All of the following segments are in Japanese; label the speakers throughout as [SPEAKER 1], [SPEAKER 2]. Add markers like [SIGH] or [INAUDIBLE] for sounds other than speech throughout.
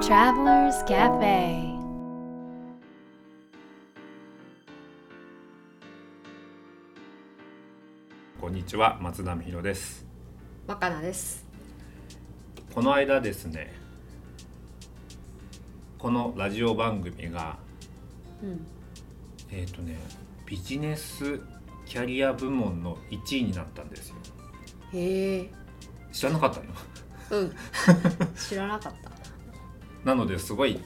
[SPEAKER 1] Travelers Cafe
[SPEAKER 2] こんにちは松田美弘です
[SPEAKER 3] 若菜です
[SPEAKER 2] この間ですねこのラジオ番組が、
[SPEAKER 3] うん
[SPEAKER 2] えっ、とねビジネスキャリア部門の1位になったんですよ
[SPEAKER 3] へえ
[SPEAKER 2] 知らなかったよ
[SPEAKER 3] うん [LAUGHS] 知らなかった
[SPEAKER 2] なのですごい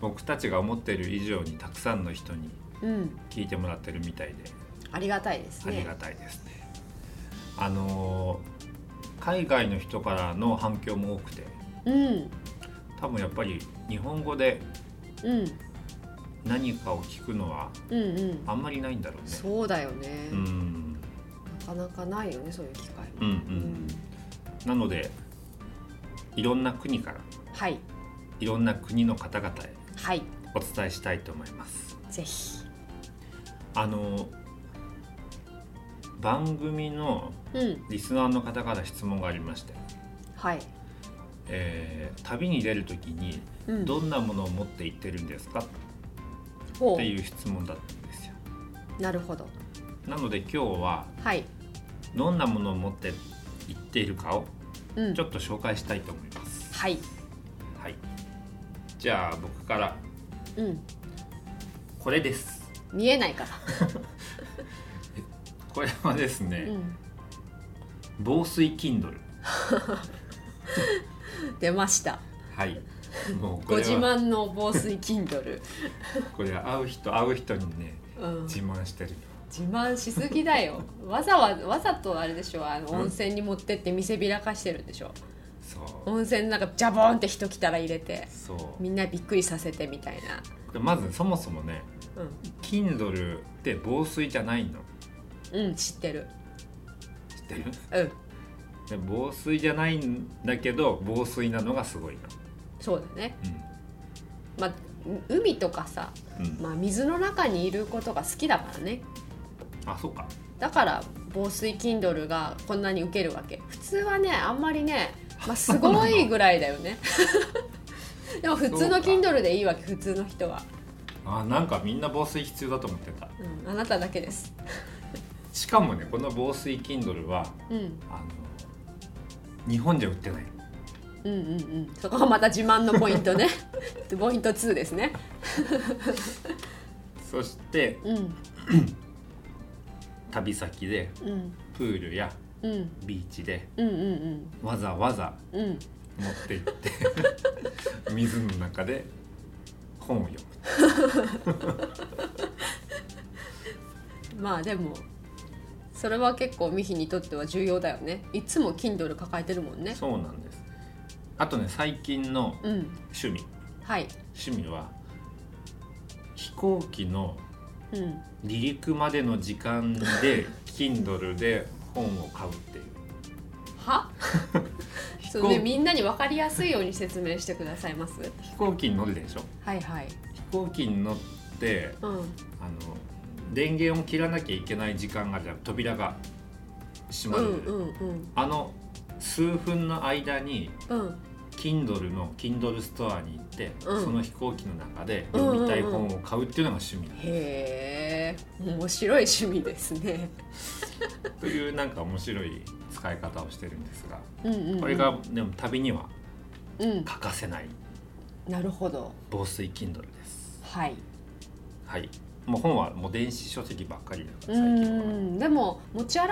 [SPEAKER 2] 僕たちが思っている以上にたくさんの人に
[SPEAKER 3] うん
[SPEAKER 2] 聞いてもらってるみたいで
[SPEAKER 3] ありがたいです
[SPEAKER 2] あり
[SPEAKER 3] ね
[SPEAKER 2] がたいですねあのー海外の人からの反響も多くて
[SPEAKER 3] うん
[SPEAKER 2] 多分やっぱり日本語で
[SPEAKER 3] うん
[SPEAKER 2] 何かを聞くのは
[SPEAKER 3] うんうん
[SPEAKER 2] あんまりないんだろうね
[SPEAKER 3] そうだよね、
[SPEAKER 2] うん
[SPEAKER 3] なかなかないよねそういう機会も
[SPEAKER 2] うんうんなのでいろんな国から
[SPEAKER 3] はい
[SPEAKER 2] いろんな国の方々へ
[SPEAKER 3] はい
[SPEAKER 2] お伝えしたいと思います
[SPEAKER 3] ぜひ
[SPEAKER 2] あの番組の
[SPEAKER 3] うん
[SPEAKER 2] リスナーの方から質問がありまして、
[SPEAKER 3] はい
[SPEAKER 2] えー旅に出る時に
[SPEAKER 3] うん
[SPEAKER 2] どんなものを持って行ってるんですかっ
[SPEAKER 3] ほ
[SPEAKER 2] ていう質問だったんですよ
[SPEAKER 3] うなるほど
[SPEAKER 2] なので今日は
[SPEAKER 3] はい
[SPEAKER 2] どんなものを持って行っているかを
[SPEAKER 3] うん
[SPEAKER 2] ちょっと紹介したいと思います、
[SPEAKER 3] はい
[SPEAKER 2] はいじゃあ僕から
[SPEAKER 3] うん
[SPEAKER 2] これです
[SPEAKER 3] 見えないから
[SPEAKER 2] これはです
[SPEAKER 3] う
[SPEAKER 2] ね、
[SPEAKER 3] ん
[SPEAKER 2] 防水 Kindle
[SPEAKER 3] [LAUGHS] 出ました
[SPEAKER 2] はいもうこ
[SPEAKER 3] ご
[SPEAKER 2] れ
[SPEAKER 3] 自
[SPEAKER 2] は
[SPEAKER 3] 慢の防水 Kindle
[SPEAKER 2] これは会う人会う人にね
[SPEAKER 3] うん
[SPEAKER 2] 自慢してる
[SPEAKER 3] 自慢しすぎだよわざわわざとあれでしょあの
[SPEAKER 2] うん
[SPEAKER 3] 温泉に持ってって見せびらかしてるんでしょ
[SPEAKER 2] そう
[SPEAKER 3] 温泉の中ジャボーンって人来たら入れて
[SPEAKER 2] そ
[SPEAKER 3] みんなびっくりさせてみたいな、
[SPEAKER 2] うでまずそもそもね
[SPEAKER 3] う
[SPEAKER 2] Kindle って防水じゃないの
[SPEAKER 3] ん、うん、知ってる
[SPEAKER 2] 知ってる
[SPEAKER 3] うん
[SPEAKER 2] で防水じゃないんだけど防水なのがすごいな
[SPEAKER 3] そうだねまあう海とかさ、
[SPEAKER 2] うん、うん、
[SPEAKER 3] まあ、水の中にいることが好きだからね
[SPEAKER 2] あそうか
[SPEAKER 3] だから防水 Kindle がこんなにウケるわけ普通はねあんまりね、まあ、すごいぐらいだよねでも普通の Kindle でいいわけ普通の人は、
[SPEAKER 2] あなんかみんな防水必要だと思ってた
[SPEAKER 3] うん、あなただけです
[SPEAKER 2] しかもねこの防水 Kindle は
[SPEAKER 3] うん
[SPEAKER 2] あの日本じゃ売ってない
[SPEAKER 3] うんうんうん、そこがまた自慢のポイントね [LAUGHS] ポイント2ですね
[SPEAKER 2] そして
[SPEAKER 3] うん
[SPEAKER 2] 旅先で
[SPEAKER 3] うん
[SPEAKER 2] プールや
[SPEAKER 3] うん
[SPEAKER 2] ビーチで
[SPEAKER 3] うんうん
[SPEAKER 2] わざわざ
[SPEAKER 3] うんうん
[SPEAKER 2] 持って行って [LAUGHS] 水の中で本を読む
[SPEAKER 3] まあでもそれは結構ミヒにとっては重要だよねいつも Kindle 抱えてるもんね
[SPEAKER 2] そうなんですあとね最近の
[SPEAKER 3] うん
[SPEAKER 2] 趣味
[SPEAKER 3] はい
[SPEAKER 2] 趣味は飛行機の
[SPEAKER 3] うん
[SPEAKER 2] 離陸までの時間で Kindle で本を買うっていう
[SPEAKER 3] は
[SPEAKER 2] 飛
[SPEAKER 3] そうね
[SPEAKER 2] 行
[SPEAKER 3] みんなに分かりやすいように説明してくださいます
[SPEAKER 2] 飛行機に乗るでしょ
[SPEAKER 3] はいはい
[SPEAKER 2] 飛行機に乗って
[SPEAKER 3] うん
[SPEAKER 2] あの電源を切らなきゃいけない時間がじゃあ扉が閉ま
[SPEAKER 3] う
[SPEAKER 2] る、
[SPEAKER 3] んうんうん
[SPEAKER 2] あの数分の間に
[SPEAKER 3] うん
[SPEAKER 2] Kindle の Kindle ストアに行って、
[SPEAKER 3] うん
[SPEAKER 2] その飛行機の中で読みたい本を買うっていうのが趣味、
[SPEAKER 3] へえ面白い趣味ですね
[SPEAKER 2] というなんか面白い使い方をしてるんですが
[SPEAKER 3] うんうんうん
[SPEAKER 2] これがでも旅には
[SPEAKER 3] うん
[SPEAKER 2] 欠かせない
[SPEAKER 3] なるほど
[SPEAKER 2] 防水 Kindle です
[SPEAKER 3] はい
[SPEAKER 2] はいもう本はもう電子書籍ばっかりだか
[SPEAKER 3] う
[SPEAKER 2] ら最近は
[SPEAKER 3] んでも持ち歩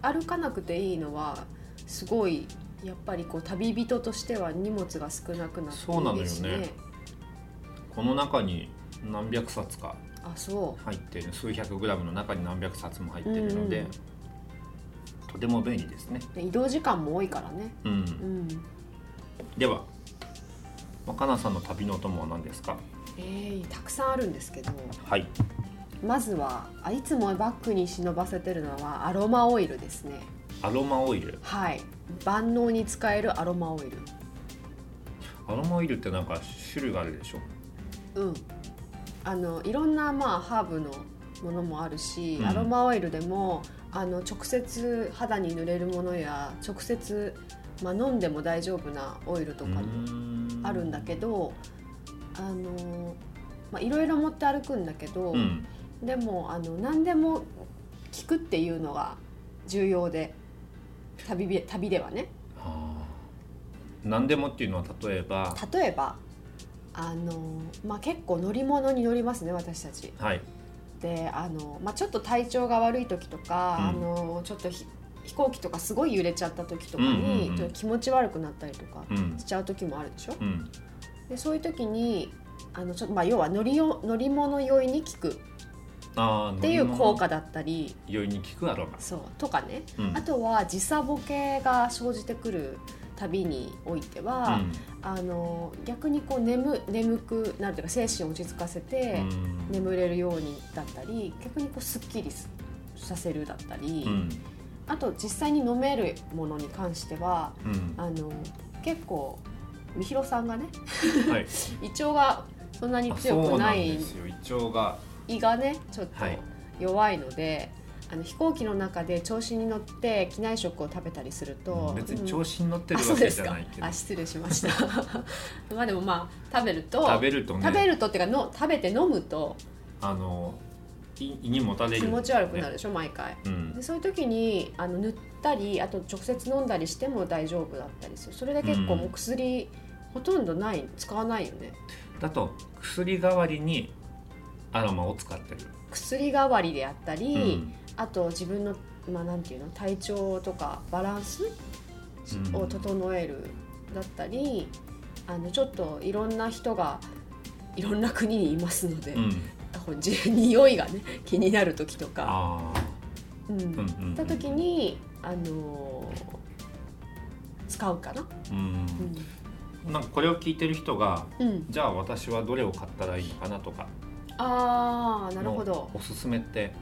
[SPEAKER 3] 歩かなくていいのはすごいやっぱりこう旅人としては荷物が少なくなって
[SPEAKER 2] そうな
[SPEAKER 3] い
[SPEAKER 2] の
[SPEAKER 3] い
[SPEAKER 2] よね
[SPEAKER 3] ですね
[SPEAKER 2] この中に何百冊か
[SPEAKER 3] あそ
[SPEAKER 2] 入ってる数百グラムの中に何百冊も入ってるので、
[SPEAKER 3] うん
[SPEAKER 2] とても便利ですね、
[SPEAKER 3] うで移動時間も多いからね
[SPEAKER 2] う、
[SPEAKER 3] うんん
[SPEAKER 2] では若菜さんの旅のお供は何ですか
[SPEAKER 3] えー、たくさんあるんですけど
[SPEAKER 2] はい
[SPEAKER 3] まずはあいつもバッグに忍ばせてるのはアロマオイルですね
[SPEAKER 2] アロマオイル
[SPEAKER 3] はい万能に使えるアロマオイル
[SPEAKER 2] アロマオイルってなんか種類があるでしょ
[SPEAKER 3] うん、あのいろんな、まあ、ハーブのものもあるし、
[SPEAKER 2] うん
[SPEAKER 3] アロマオイルでもあの直接肌に塗れるものや直接、まあ、飲んでも大丈夫なオイルと
[SPEAKER 2] う
[SPEAKER 3] かも
[SPEAKER 2] ーん
[SPEAKER 3] あるんだけどあのまあいろいろ持って歩くんだけど、
[SPEAKER 2] うん
[SPEAKER 3] でもあの何でも聞くっていうのが重要で旅び旅ではね
[SPEAKER 2] あー何でもっていうのは例えば
[SPEAKER 3] 例えばあの、まあ、結構乗り物に乗りますね私たち。
[SPEAKER 2] はい
[SPEAKER 3] であの、まあ、ちょっと体調が悪い時とか、
[SPEAKER 2] うん
[SPEAKER 3] あのちょっとひ飛行機とかすごい揺れちゃった時とか
[SPEAKER 2] うんうん
[SPEAKER 3] に、
[SPEAKER 2] うん
[SPEAKER 3] ちょっと気持ち悪くなったりとか
[SPEAKER 2] うん
[SPEAKER 3] しちゃう時もあるでしょ
[SPEAKER 2] うん
[SPEAKER 3] でそういう時にあのちょっとまあ要は乗りよ乗り物酔いに効く
[SPEAKER 2] あー
[SPEAKER 3] ってい
[SPEAKER 2] 乗
[SPEAKER 3] う
[SPEAKER 2] り物
[SPEAKER 3] 効果だったり
[SPEAKER 2] 容易に効くアロマ、
[SPEAKER 3] そうとかね
[SPEAKER 2] うん、
[SPEAKER 3] あとは時差ボケが生じてくる旅においては、あの逆にこう眠眠くなるというか精神を落ち着かせ
[SPEAKER 2] うん
[SPEAKER 3] て
[SPEAKER 2] うん
[SPEAKER 3] 眠れるようにだったり逆にこうすっきりすさせるだったり、
[SPEAKER 2] うん
[SPEAKER 3] あと実際に飲めるものに関しては
[SPEAKER 2] うん
[SPEAKER 3] あの結構みひろさんがね [LAUGHS]
[SPEAKER 2] はい、
[SPEAKER 3] 胃腸がそんなに
[SPEAKER 2] あ
[SPEAKER 3] 強
[SPEAKER 2] そ
[SPEAKER 3] く
[SPEAKER 2] うな
[SPEAKER 3] なんい
[SPEAKER 2] ですよ胃腸が
[SPEAKER 3] 胃がねちょっと
[SPEAKER 2] はい
[SPEAKER 3] 弱いので、あの飛行機の中で調子に乗って機内食を食べたりすると、
[SPEAKER 2] 別に調
[SPEAKER 3] 子
[SPEAKER 2] 子に乗って
[SPEAKER 3] あ
[SPEAKER 2] る
[SPEAKER 3] そ
[SPEAKER 2] わ
[SPEAKER 3] うで
[SPEAKER 2] け
[SPEAKER 3] す
[SPEAKER 2] じゃ
[SPEAKER 3] か
[SPEAKER 2] ないけど、
[SPEAKER 3] あ失礼しました
[SPEAKER 2] [LAUGHS]
[SPEAKER 3] まあでもまあ食べると
[SPEAKER 2] 食べるとね
[SPEAKER 3] 食べるとっていうかの食べて飲むと
[SPEAKER 2] あの胃胃にもたれる、
[SPEAKER 3] 気持ち悪くなる
[SPEAKER 2] ね
[SPEAKER 3] でしょ、毎回
[SPEAKER 2] うん
[SPEAKER 3] でそういう時にあの塗ったりあと直接飲んだりしても大丈夫だったりするそれで結構もう薬、ほとんどない使わないよね
[SPEAKER 2] だと薬代わりにアロマを使ってる、
[SPEAKER 3] 薬代わりであったり、
[SPEAKER 2] うん
[SPEAKER 3] あと自分の、まあ、なんていうの体調とかバランス
[SPEAKER 2] うん
[SPEAKER 3] を整えるだったり、あのちょっといろんな人がいろんな国にいますので、
[SPEAKER 2] うん、
[SPEAKER 3] こうじ匂いがね気になる時とか、
[SPEAKER 2] あ
[SPEAKER 3] うん
[SPEAKER 2] ーうんうんう
[SPEAKER 3] し
[SPEAKER 2] ん
[SPEAKER 3] た時に、あのー使うかな。
[SPEAKER 2] うん
[SPEAKER 3] う
[SPEAKER 2] なんかこれを聞いてる人が
[SPEAKER 3] んうん、
[SPEAKER 2] じゃあ私はどれを買ったらいいのかなとか
[SPEAKER 3] あーなるほど
[SPEAKER 2] おすすめって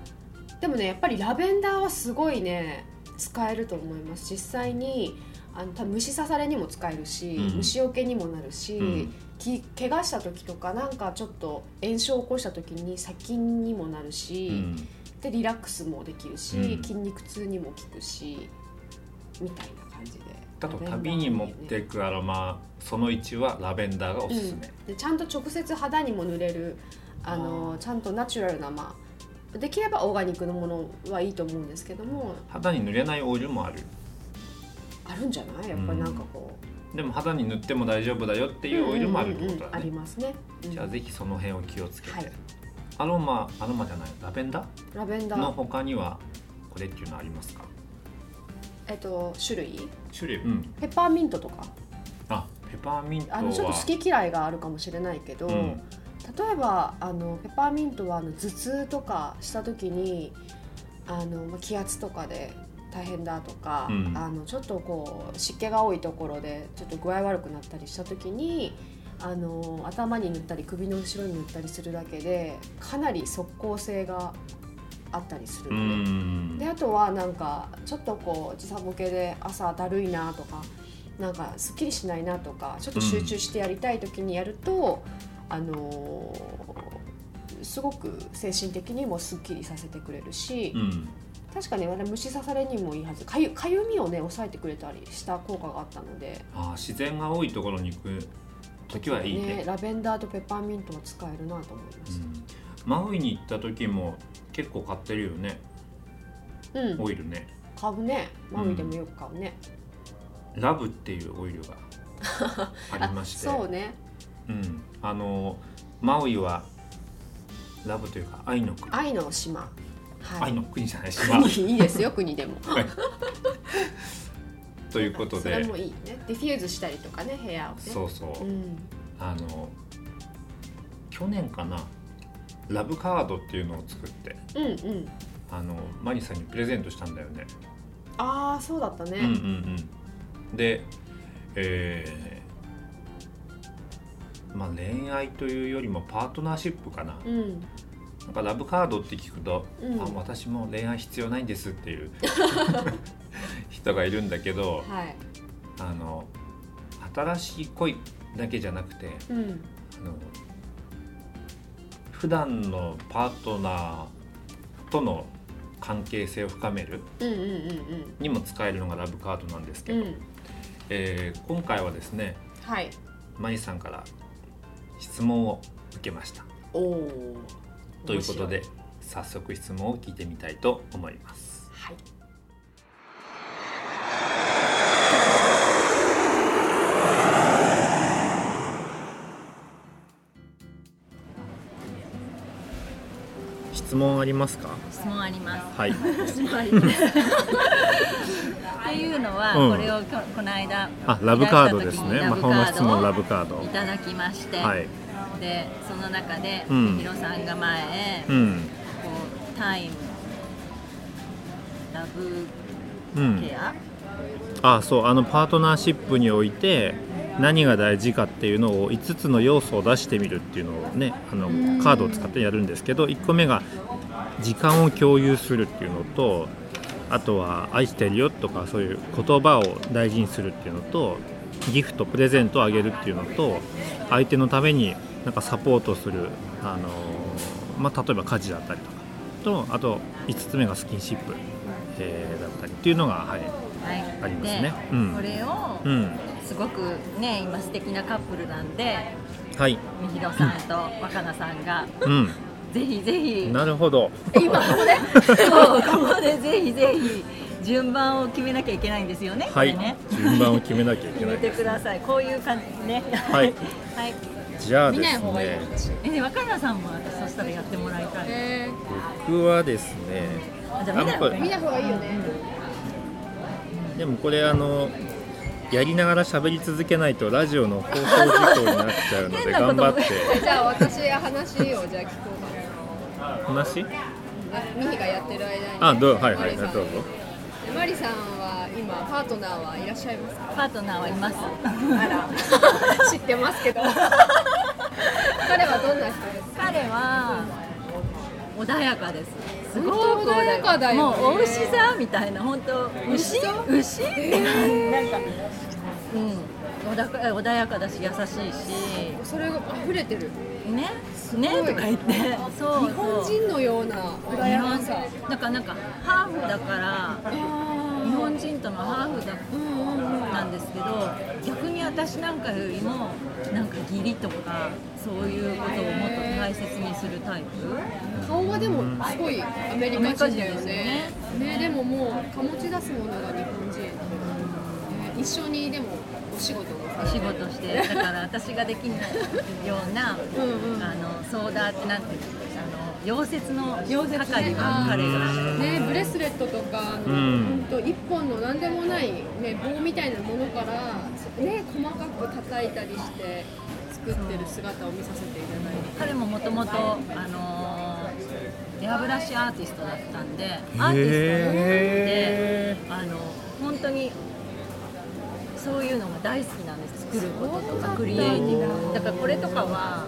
[SPEAKER 3] でもねやっぱりラベンダーはすごいね使えると思います実際にあの多分虫刺されにも使えるし、
[SPEAKER 2] うん
[SPEAKER 3] 虫除けにもなるし、
[SPEAKER 2] うん
[SPEAKER 3] き怪我した時とかなんかちょっと炎症を起こした時に殺菌にもなるし、
[SPEAKER 2] うん
[SPEAKER 3] でリラックスもできるし、
[SPEAKER 2] うん
[SPEAKER 3] 筋肉痛にも効くしみたいな感じで
[SPEAKER 2] だと
[SPEAKER 3] ラベンダー
[SPEAKER 2] 旅に持って
[SPEAKER 3] いい
[SPEAKER 2] い
[SPEAKER 3] よね
[SPEAKER 2] くアロマその1はラベンダーがおすすめ、
[SPEAKER 3] でちゃんと直接肌にも塗れるあの
[SPEAKER 2] あー
[SPEAKER 3] ちゃんとナチュラルなまあできればオーガニックのものはいいと思うんですけども
[SPEAKER 2] 肌に塗れないオイルもある
[SPEAKER 3] あるんじゃないやっぱりなんかこう、
[SPEAKER 2] でも肌に塗っても大丈夫だよっていうオイルもあるってこ
[SPEAKER 3] うん
[SPEAKER 2] と
[SPEAKER 3] うんうんあ
[SPEAKER 2] だ
[SPEAKER 3] り
[SPEAKER 2] ね
[SPEAKER 3] ますね、うん
[SPEAKER 2] じゃあぜひその辺を気をつけて、
[SPEAKER 3] はい
[SPEAKER 2] アロマアロマじゃないラベンダ
[SPEAKER 3] ラベン
[SPEAKER 2] ー
[SPEAKER 3] ダ
[SPEAKER 2] の
[SPEAKER 3] ー、
[SPEAKER 2] 他にはこれっていうのありますか
[SPEAKER 3] えっと、種類
[SPEAKER 2] 種類うん
[SPEAKER 3] ペッパーミントとか
[SPEAKER 2] あペパーミントは
[SPEAKER 3] あのちょっと好き嫌いがあるかもしれないけど、
[SPEAKER 2] うん
[SPEAKER 3] 例えばあのペッパーミントはあの頭痛とかした時にあのまあ気圧とかで大変だとか、
[SPEAKER 2] うん
[SPEAKER 3] あのちょっとこう湿気が多いところでちょっと具合悪くなったりした時にあの頭に塗ったり首の後ろに塗ったりするだけでかなり即効性があったりする
[SPEAKER 2] う
[SPEAKER 3] のね。
[SPEAKER 2] ん
[SPEAKER 3] であとはなんかちょっとこう時差ボケで朝だるいなとかなんかすっきりしないなとかちょっと集中してやりたい時にやると、あのーすごく精神的にもすっきりさせてくれるし、
[SPEAKER 2] うん
[SPEAKER 3] 確かにあれ虫刺されにもいいはずかゆかゆみをね抑えてくれたりした効果があったので
[SPEAKER 2] あー自然が多いところに行く時はいいね
[SPEAKER 3] ラベンダーとペッパーミントは使えるなと思いま
[SPEAKER 2] う
[SPEAKER 3] す。
[SPEAKER 2] ん、マウイに行った時も結構買ってるよね
[SPEAKER 3] うん、
[SPEAKER 2] オイルね
[SPEAKER 3] 買うねマウイでもよく買うね、
[SPEAKER 2] ラブっていうオイルがありま
[SPEAKER 3] [LAUGHS]
[SPEAKER 2] して
[SPEAKER 3] そうね
[SPEAKER 2] うん、あのマウイはラブというか愛の国、
[SPEAKER 3] 愛の島はい
[SPEAKER 2] 愛の国じゃないし、ま
[SPEAKER 3] [LAUGHS]
[SPEAKER 2] あ
[SPEAKER 3] 国いいですよ国でも
[SPEAKER 2] ということ
[SPEAKER 3] それ
[SPEAKER 2] で
[SPEAKER 3] もいいねディフューズしたりとかね部屋をね、
[SPEAKER 2] そうそううんあの去年かなラブカードっていうのを作って
[SPEAKER 3] うんうん
[SPEAKER 2] あのマニさんにプレゼントしたんだよね。
[SPEAKER 3] ああそうだった
[SPEAKER 2] うんうんう
[SPEAKER 3] ね、
[SPEAKER 2] ん、で、えーまあ、恋愛というよりもパートナーシップかな,、
[SPEAKER 3] うん
[SPEAKER 2] なんかラブカードって聞くと、
[SPEAKER 3] うん
[SPEAKER 2] あ私も恋愛必要ないんですっ
[SPEAKER 3] [LAUGHS]
[SPEAKER 2] ていう人がいるんだけど
[SPEAKER 3] はい、
[SPEAKER 2] あの新しい恋だけじゃなくて
[SPEAKER 3] うん、
[SPEAKER 2] あの普段のパートナーとの関係性を深める
[SPEAKER 3] うんうんうん
[SPEAKER 2] にも使えるのがラブカードなんですけ
[SPEAKER 3] う
[SPEAKER 2] ど、
[SPEAKER 3] んうん
[SPEAKER 2] えー今回はですね
[SPEAKER 3] はい
[SPEAKER 2] まゆさんから質問を受けました
[SPEAKER 3] おお
[SPEAKER 2] ということで早速質問を聞いてみたいと思います
[SPEAKER 3] はい
[SPEAKER 2] 質問ありますか
[SPEAKER 4] 質問あります。
[SPEAKER 2] はい
[SPEAKER 4] 質問あります。っていうのは、
[SPEAKER 2] うん
[SPEAKER 4] これをここの間
[SPEAKER 2] あラブカードです
[SPEAKER 4] い
[SPEAKER 2] ね
[SPEAKER 4] ら
[SPEAKER 2] 魔
[SPEAKER 4] した時に
[SPEAKER 2] 法の質問ラ
[SPEAKER 4] ラブ
[SPEAKER 2] ブカー
[SPEAKER 4] カードをい
[SPEAKER 2] ド
[SPEAKER 4] ただきまして、
[SPEAKER 2] はい
[SPEAKER 4] でその中で、
[SPEAKER 2] うん
[SPEAKER 4] ヒロさんが前、
[SPEAKER 2] う
[SPEAKER 4] こ
[SPEAKER 2] ん
[SPEAKER 4] うタイムラブ
[SPEAKER 2] うん
[SPEAKER 4] ケア、
[SPEAKER 2] あそうあのパートナーシップにおいて何が大事かっていうのを5つの要素を出してみるっていうのをねあの
[SPEAKER 4] ん
[SPEAKER 2] カードを使ってやるんですけど1個目が時間を共有するっていうのとあとは「愛してるよ」とかそういう言葉を大事にするっていうのとギフトプレゼントをあげるっていうのと相手のためになんかサポートする、あのまあ、例えば家事だったりとかとあと5つ目がスキンシップ、えーだったりっていうのがはい。
[SPEAKER 4] はい
[SPEAKER 2] ありますね
[SPEAKER 4] で
[SPEAKER 2] うん
[SPEAKER 4] これを、
[SPEAKER 2] うん
[SPEAKER 4] すごくね今素敵なカップルなんで
[SPEAKER 2] はい、
[SPEAKER 4] みひろさんと若菜さんが
[SPEAKER 2] う
[SPEAKER 4] ぜひぜひ
[SPEAKER 2] ん、なるほど。
[SPEAKER 4] 今ここね、そうここでぜひぜひ順番を決めなきゃいけないんですよね。
[SPEAKER 2] は
[SPEAKER 4] こ
[SPEAKER 2] い
[SPEAKER 4] れね、、
[SPEAKER 2] 順番を決めなきゃいけ
[SPEAKER 4] 決
[SPEAKER 2] な
[SPEAKER 4] め
[SPEAKER 2] い
[SPEAKER 4] て
[SPEAKER 2] で
[SPEAKER 4] く
[SPEAKER 2] す。
[SPEAKER 4] ださい。こういう感じね。
[SPEAKER 2] はい。
[SPEAKER 4] はい。
[SPEAKER 2] じゃあ
[SPEAKER 3] 見
[SPEAKER 2] で
[SPEAKER 3] ない
[SPEAKER 2] す
[SPEAKER 3] 方がいい
[SPEAKER 2] ね
[SPEAKER 3] か、もしれない
[SPEAKER 4] え若菜さんも私そしたらやってもらいたい。
[SPEAKER 3] え
[SPEAKER 2] 僕はですね、
[SPEAKER 4] あじゃあ見ない方がい
[SPEAKER 3] ー
[SPEAKER 4] い。
[SPEAKER 3] 見ない方がいいよね
[SPEAKER 2] でもこれあのやりながら喋り続けないとラジオの放送事故になっちゃうので
[SPEAKER 4] [LAUGHS] 変なこ
[SPEAKER 2] 頑
[SPEAKER 4] と
[SPEAKER 2] 張って
[SPEAKER 3] じゃあ私話をじゃあ聞こうかな
[SPEAKER 2] 話？
[SPEAKER 3] あミヒがやってる間に
[SPEAKER 2] あ、どうはいは
[SPEAKER 3] マリ
[SPEAKER 2] いどう
[SPEAKER 3] さん
[SPEAKER 2] ぞ。
[SPEAKER 3] でマリさんは今パートナー
[SPEAKER 4] [LAUGHS]
[SPEAKER 3] はいらっしゃいますか
[SPEAKER 4] パートナーはいます。
[SPEAKER 3] あら知ってますけど彼はどんな人ですか
[SPEAKER 4] 彼は穏やかです。すごく
[SPEAKER 3] 本当穏やかだよね
[SPEAKER 4] もうお牛さんみたいな本当牛牛ってなんかうん穏やか穏やかだし優しいし。
[SPEAKER 3] それが溢れてる
[SPEAKER 4] ね
[SPEAKER 3] ごい
[SPEAKER 4] ねとか言ってそうそう
[SPEAKER 3] 日本人のような穏やかさ
[SPEAKER 4] 日本人だからなんかハーフだから
[SPEAKER 3] あ
[SPEAKER 4] 日本人とのハーフだ
[SPEAKER 3] ーうんうんうん
[SPEAKER 4] なんですけど逆に私なんかよりもなんか義理とかそういうことをもっと大切にするタイプ
[SPEAKER 3] 顔はでもすごいアメリカ人だよね
[SPEAKER 4] アメリカ人ですよね
[SPEAKER 3] ねでももう醸し出すものが日本人、ね一緒にでもお仕事をされて
[SPEAKER 4] 仕事してだから私ができないような
[SPEAKER 3] うんうん
[SPEAKER 4] あの相談ってなんていうのあの溶接の係は彼が。
[SPEAKER 3] ね、ブレスレットとかあの、
[SPEAKER 2] うん
[SPEAKER 3] ほんと一本の何でもない、ね、棒みたいなものから、ね、細かく叩いたりして作ってる姿を見させていただいて。
[SPEAKER 4] 彼ももともと、あのーエアブラシアーティストだったんでアーティストなので、あの本当にそういうのが大好きなんです作ることとかクリエイティブだからこれとかは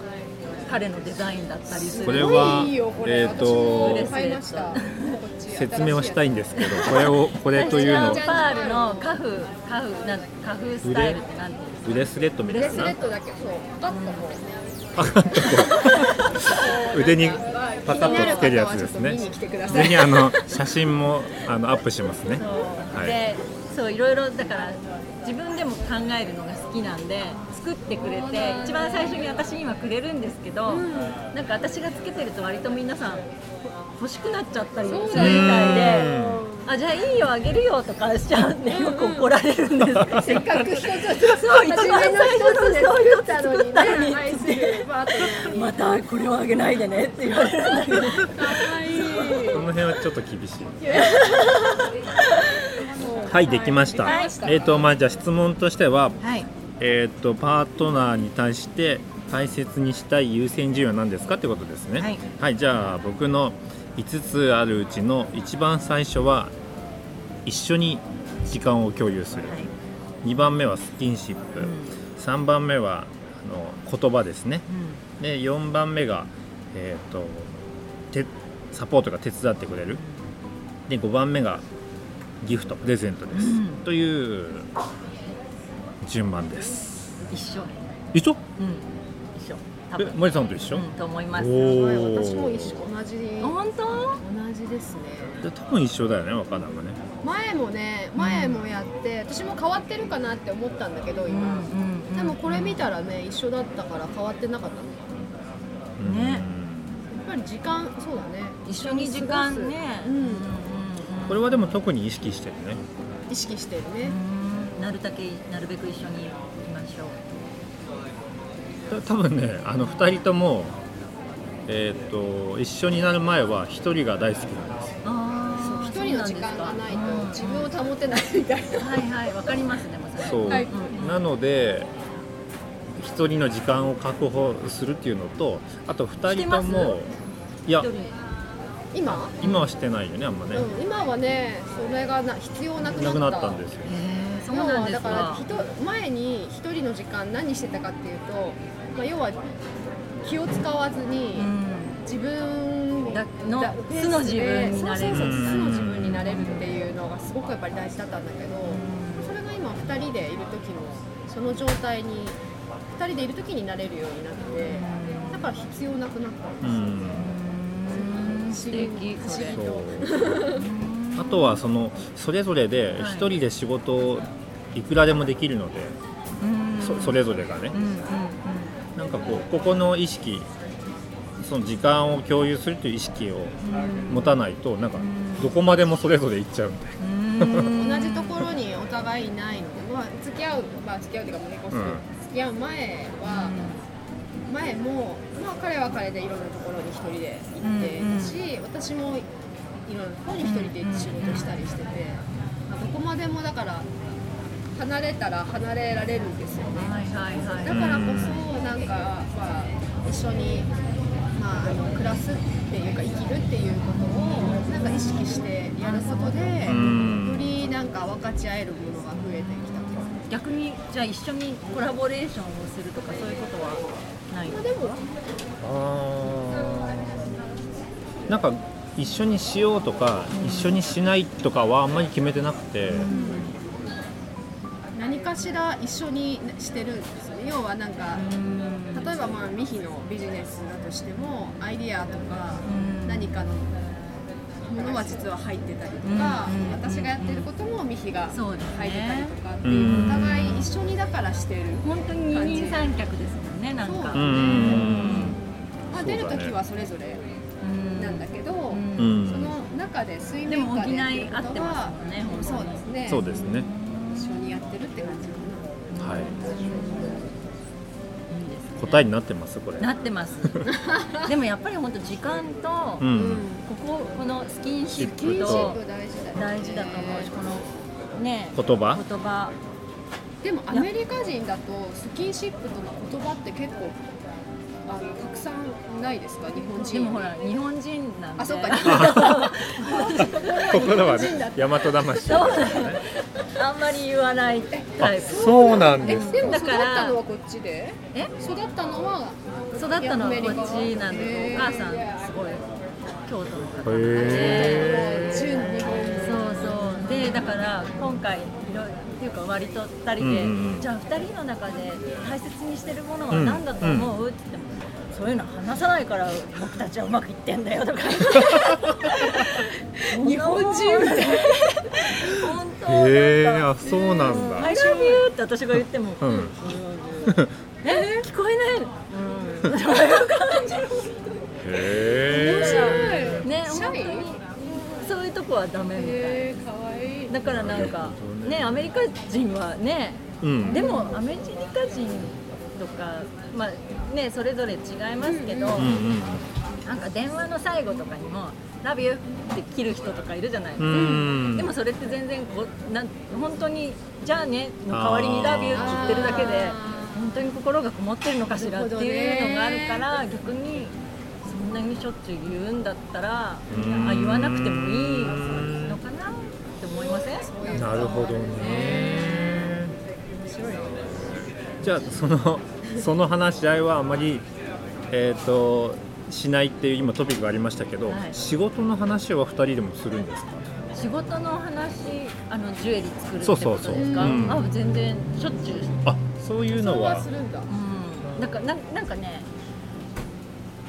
[SPEAKER 4] 彼のデザインだったりする
[SPEAKER 2] これは
[SPEAKER 3] すごいよこれ
[SPEAKER 2] えーと
[SPEAKER 3] 私も買いましたこっち
[SPEAKER 2] 説明はしたい
[SPEAKER 3] 新
[SPEAKER 2] んですけど、これをこれというのを
[SPEAKER 4] 私はパールのカフカフなんカフスタイルってなんていうんですか
[SPEAKER 2] ブレスレットみ
[SPEAKER 3] い
[SPEAKER 2] た
[SPEAKER 3] や
[SPEAKER 2] い
[SPEAKER 3] つブレスレ
[SPEAKER 2] な
[SPEAKER 3] ッ。トだけそうパカッとこ
[SPEAKER 2] パカッとこう腕に
[SPEAKER 3] う
[SPEAKER 2] パカッとつけるやつです
[SPEAKER 3] 気になる方はちょっと見
[SPEAKER 2] ね
[SPEAKER 3] に。来てくださ
[SPEAKER 2] ぜ
[SPEAKER 3] い
[SPEAKER 2] ひあの写真もあのアップしますね。
[SPEAKER 4] そう
[SPEAKER 2] はい
[SPEAKER 4] でそういろいろだから自分でも考えるのが好きなんで作ってくれ
[SPEAKER 3] そうだ
[SPEAKER 4] て
[SPEAKER 3] ね
[SPEAKER 4] 一番最初に私に今くれるんですけど、
[SPEAKER 3] ん
[SPEAKER 4] なんか私がつけてると割と皆さんほ欲しくなっちゃったりするみ
[SPEAKER 3] そう
[SPEAKER 4] た
[SPEAKER 3] だよ
[SPEAKER 4] いで。
[SPEAKER 2] うん
[SPEAKER 4] あじゃあいいよあげるよとかしちゃうんでよく怒られるんですけど
[SPEAKER 5] [LAUGHS]
[SPEAKER 3] せっかく一つ
[SPEAKER 4] そう
[SPEAKER 3] 初め
[SPEAKER 4] 一番
[SPEAKER 3] の
[SPEAKER 4] 最初のそう
[SPEAKER 3] 一つで作ったのに
[SPEAKER 4] [LAUGHS] そう
[SPEAKER 3] ね愛
[SPEAKER 4] 一つ作ったのに
[SPEAKER 3] するパートナーに
[SPEAKER 4] またこれをあげないでねって言われるんだけど
[SPEAKER 3] 可愛い
[SPEAKER 2] この辺はちょっと厳しい。はい、できました。
[SPEAKER 3] はい
[SPEAKER 2] えっ、と、まあ、じゃあ、質問としては、
[SPEAKER 4] はい
[SPEAKER 2] えっ、と、パートナーに対して。大切にしたい優先順位は何ですかってことですね。
[SPEAKER 4] はい、
[SPEAKER 2] じゃあ、僕の5つあるうちの一番最初は。一緒に時間を共有する。2番目はスキンシップ。3番目は、あの、言葉ですね。で4番目が、えー、とてサポートが手伝ってくれるで5番目がギフトプレゼントです、
[SPEAKER 4] うん
[SPEAKER 2] という順番です
[SPEAKER 4] 一緒
[SPEAKER 2] 一緒
[SPEAKER 4] うん一緒多
[SPEAKER 2] え
[SPEAKER 4] 分、
[SPEAKER 2] 森さんと一緒、
[SPEAKER 4] うん、と思います
[SPEAKER 2] おー
[SPEAKER 5] はい私も一緒同じ
[SPEAKER 4] 本当
[SPEAKER 5] 同じですね
[SPEAKER 2] で多分一緒だよね若旦がね
[SPEAKER 5] 前もね前もやって、私も変わってるかなって思ったんだけど今、
[SPEAKER 4] ん
[SPEAKER 5] でもこれ見たらね一緒だったから変わってなかったのかな
[SPEAKER 4] ね
[SPEAKER 2] うん
[SPEAKER 5] やっぱり時間そうだね
[SPEAKER 4] 一緒に時間ね
[SPEAKER 5] うん
[SPEAKER 4] うんうんうん
[SPEAKER 2] これはでも特に意識してるね
[SPEAKER 5] 意識してる
[SPEAKER 4] う
[SPEAKER 5] ね、
[SPEAKER 4] んなるだけなるべく一緒に行きましょう
[SPEAKER 2] た多分ねあの2人ともえーっ、と一緒になる前は1人が大好きなんですよ
[SPEAKER 4] あ
[SPEAKER 5] そう
[SPEAKER 4] あ
[SPEAKER 5] 一人の時間がないと自分を
[SPEAKER 4] は
[SPEAKER 5] 保てないみたいな、
[SPEAKER 4] いはいわかりますねもれ
[SPEAKER 2] そう、
[SPEAKER 5] はい
[SPEAKER 2] なので1人の時間を確保するっていうのとあと2人ともいや
[SPEAKER 4] 一人
[SPEAKER 5] 今、
[SPEAKER 2] 今はしてないよねあんまね、
[SPEAKER 5] うん、今はねそれがな必要なく
[SPEAKER 2] な
[SPEAKER 5] な
[SPEAKER 2] く
[SPEAKER 5] った
[SPEAKER 2] なったんですよ
[SPEAKER 4] へーそう
[SPEAKER 5] 要
[SPEAKER 4] なんで
[SPEAKER 5] は
[SPEAKER 4] す
[SPEAKER 5] だ
[SPEAKER 4] か
[SPEAKER 5] からひと前に一人の時間何してたかっていうと、まあ、要は気を使わずに
[SPEAKER 4] うん
[SPEAKER 5] 自分
[SPEAKER 4] だの
[SPEAKER 5] だペース
[SPEAKER 4] 素の自分になれる
[SPEAKER 5] そうそうそう
[SPEAKER 2] うん
[SPEAKER 5] 素の自分になれるっていうのがすごくやっぱり大事だったんだけどそれが今2人でいる時もその状態に2人でいる時になれるようになってだから必要なくなったんです
[SPEAKER 2] うん
[SPEAKER 5] よ
[SPEAKER 4] うん素敵それ
[SPEAKER 2] そうあとはそのそれぞれで
[SPEAKER 4] は
[SPEAKER 2] 1
[SPEAKER 4] い
[SPEAKER 2] 人で仕事をいくらでもできるので、
[SPEAKER 4] うん
[SPEAKER 2] そそれぞれがね
[SPEAKER 4] うんうん
[SPEAKER 2] なんかこうここの意識その時間を共有するという意識を
[SPEAKER 4] うん
[SPEAKER 2] 持たないとなんかどこまでもそれぞれ行っちゃうみたいな
[SPEAKER 4] うん
[SPEAKER 5] 同じところにお互いいないので、まあ、付き合う、まあ、付き合うというか、もう結婚する、
[SPEAKER 2] うん
[SPEAKER 5] 付き合う前は、前も、まあ、彼は彼でいろんなところに一人で行って
[SPEAKER 4] うんうん
[SPEAKER 5] たし、私もいろんなところに一人で行って仕事したりしてて、まあどこまでもだから、離れたら離れられるんですよね。
[SPEAKER 4] はいはいはい
[SPEAKER 5] だからこそ、なんか、まあ、一緒に、まあ、あの暮らすっていうか、生きるっていうことを、なんか意識してやることで。
[SPEAKER 2] うん
[SPEAKER 5] よりなんか分かち合えるものが増えてきた気がす
[SPEAKER 4] 逆にじゃあ一緒にコラボレーションをするとかそういうことはない
[SPEAKER 5] る。まあ、でも
[SPEAKER 2] あーなんか一緒にしようとか一緒にしないとかはあんまり決めてなくて、
[SPEAKER 5] 何かしら一緒にしてるんですよね。要はなんか例えばまあミヒのビジネスだとしてもアイディアとか何かのものは実は入ってたりとか
[SPEAKER 4] うん、
[SPEAKER 5] 私がやってることもミヒが
[SPEAKER 4] そ
[SPEAKER 5] 入
[SPEAKER 4] う
[SPEAKER 5] っ
[SPEAKER 4] で
[SPEAKER 5] て
[SPEAKER 4] すね
[SPEAKER 5] たりとかっていうお互い一緒にだからしてる。
[SPEAKER 4] 本当に二人三脚ですもんねなん
[SPEAKER 5] そう
[SPEAKER 4] か
[SPEAKER 2] う
[SPEAKER 5] うん
[SPEAKER 2] ん
[SPEAKER 5] まあ
[SPEAKER 2] そうだ
[SPEAKER 5] 出
[SPEAKER 2] ね
[SPEAKER 5] る時はそれぞれ
[SPEAKER 4] うん
[SPEAKER 5] なんだけど、
[SPEAKER 4] うん
[SPEAKER 2] うん
[SPEAKER 5] その中で水
[SPEAKER 4] で
[SPEAKER 5] 面
[SPEAKER 4] も
[SPEAKER 5] 下
[SPEAKER 4] 補
[SPEAKER 5] で
[SPEAKER 4] い
[SPEAKER 5] やってる
[SPEAKER 4] 合っ
[SPEAKER 5] こ
[SPEAKER 4] て
[SPEAKER 5] と
[SPEAKER 4] ます
[SPEAKER 5] は
[SPEAKER 4] もんね本当に
[SPEAKER 5] そうですね。
[SPEAKER 2] そうですね
[SPEAKER 5] 一緒にやってるって感じかな。
[SPEAKER 2] はい
[SPEAKER 4] いいですね
[SPEAKER 2] 答えになってますこれ
[SPEAKER 4] なってます
[SPEAKER 5] [LAUGHS]
[SPEAKER 4] でもやっぱり本当時間と
[SPEAKER 2] う、
[SPEAKER 5] うん
[SPEAKER 4] こここのスキン
[SPEAKER 2] ス
[SPEAKER 4] シ
[SPEAKER 2] キンシ
[SPEAKER 4] ップ
[SPEAKER 2] ッ
[SPEAKER 4] と
[SPEAKER 5] プ大事だよね
[SPEAKER 4] 大事だと思うしこのね
[SPEAKER 2] 言
[SPEAKER 4] 言
[SPEAKER 2] 葉
[SPEAKER 4] 葉
[SPEAKER 5] でもアメリカ人だとスキンシップとの言葉って結構あのたくさんないですか日本人
[SPEAKER 4] でもほら日本人なんで
[SPEAKER 5] あそっか
[SPEAKER 2] 心は
[SPEAKER 5] 日本人だ
[SPEAKER 2] ね [LAUGHS] 大和魂
[SPEAKER 4] [LAUGHS] そうあんまり言わないタイプ
[SPEAKER 2] そうなん
[SPEAKER 5] え
[SPEAKER 2] です
[SPEAKER 5] でも
[SPEAKER 4] だ
[SPEAKER 5] 育っ
[SPEAKER 4] から
[SPEAKER 5] たのはこっちで
[SPEAKER 4] え
[SPEAKER 5] 育ったのは
[SPEAKER 4] 育ったのはこっちなんですよお母さんすごい京都の方
[SPEAKER 2] へ
[SPEAKER 4] で
[SPEAKER 2] え
[SPEAKER 5] 純日本
[SPEAKER 4] そうそうでだから今回いろいろっていうか割と2人で、
[SPEAKER 2] うんうんうん
[SPEAKER 4] じゃあ2人の中で大切にしてるものは何だと思う、って言ってもそういうの話さないから僕たちはうまくいってん
[SPEAKER 2] [LAUGHS]
[SPEAKER 4] だよとか日本人みたいな本当
[SPEAKER 2] へえ
[SPEAKER 4] なんか
[SPEAKER 2] あそうなんだ、
[SPEAKER 4] I love you って私が言っても、
[SPEAKER 2] うん
[SPEAKER 4] え聞こえないの、うん、 [LAUGHS] とかいう感じ
[SPEAKER 2] へえ
[SPEAKER 4] ね
[SPEAKER 5] シ
[SPEAKER 4] 本当
[SPEAKER 5] ャイ
[SPEAKER 4] にそういうとこはダメみたいな。
[SPEAKER 5] えー、かわいい
[SPEAKER 4] だからなんか
[SPEAKER 2] なるほどね
[SPEAKER 4] ねアメリカ人はね、
[SPEAKER 2] うん
[SPEAKER 4] でもアメリカ人とかまあねそれぞれ違いますけど、
[SPEAKER 2] うんうん
[SPEAKER 4] なんか電話の最後とかにも「ラビュー」って切る人とかいるじゃないで
[SPEAKER 2] う
[SPEAKER 4] すか、
[SPEAKER 2] ん
[SPEAKER 4] でもそれって全然こうなん本当に「じゃあね」の代わりに「ラビュー」って言ってるだけで
[SPEAKER 5] あ
[SPEAKER 4] 本当に心がこもってるのかしらっていうのがあるから逆にそんなにしょっちゅう言うんだったら
[SPEAKER 2] うん
[SPEAKER 4] あ言わなくてもいいのかなって思いません
[SPEAKER 5] ー
[SPEAKER 2] なるほどねじゃあその [LAUGHS] その話し合いはあまりえっ、としないっていう今トピックがありましたけど、
[SPEAKER 4] はい
[SPEAKER 2] 仕事の話は2人でもするんですか
[SPEAKER 4] 仕事の話あのジュエリー作るって
[SPEAKER 2] そ
[SPEAKER 4] こ
[SPEAKER 2] うそう
[SPEAKER 4] と
[SPEAKER 2] そう
[SPEAKER 4] ですか
[SPEAKER 2] うん
[SPEAKER 4] あ全然しょっちゅう、う
[SPEAKER 2] あそういう
[SPEAKER 5] そ
[SPEAKER 2] の
[SPEAKER 5] う
[SPEAKER 2] は
[SPEAKER 5] はするんだ
[SPEAKER 4] ん、なんかなんなんかね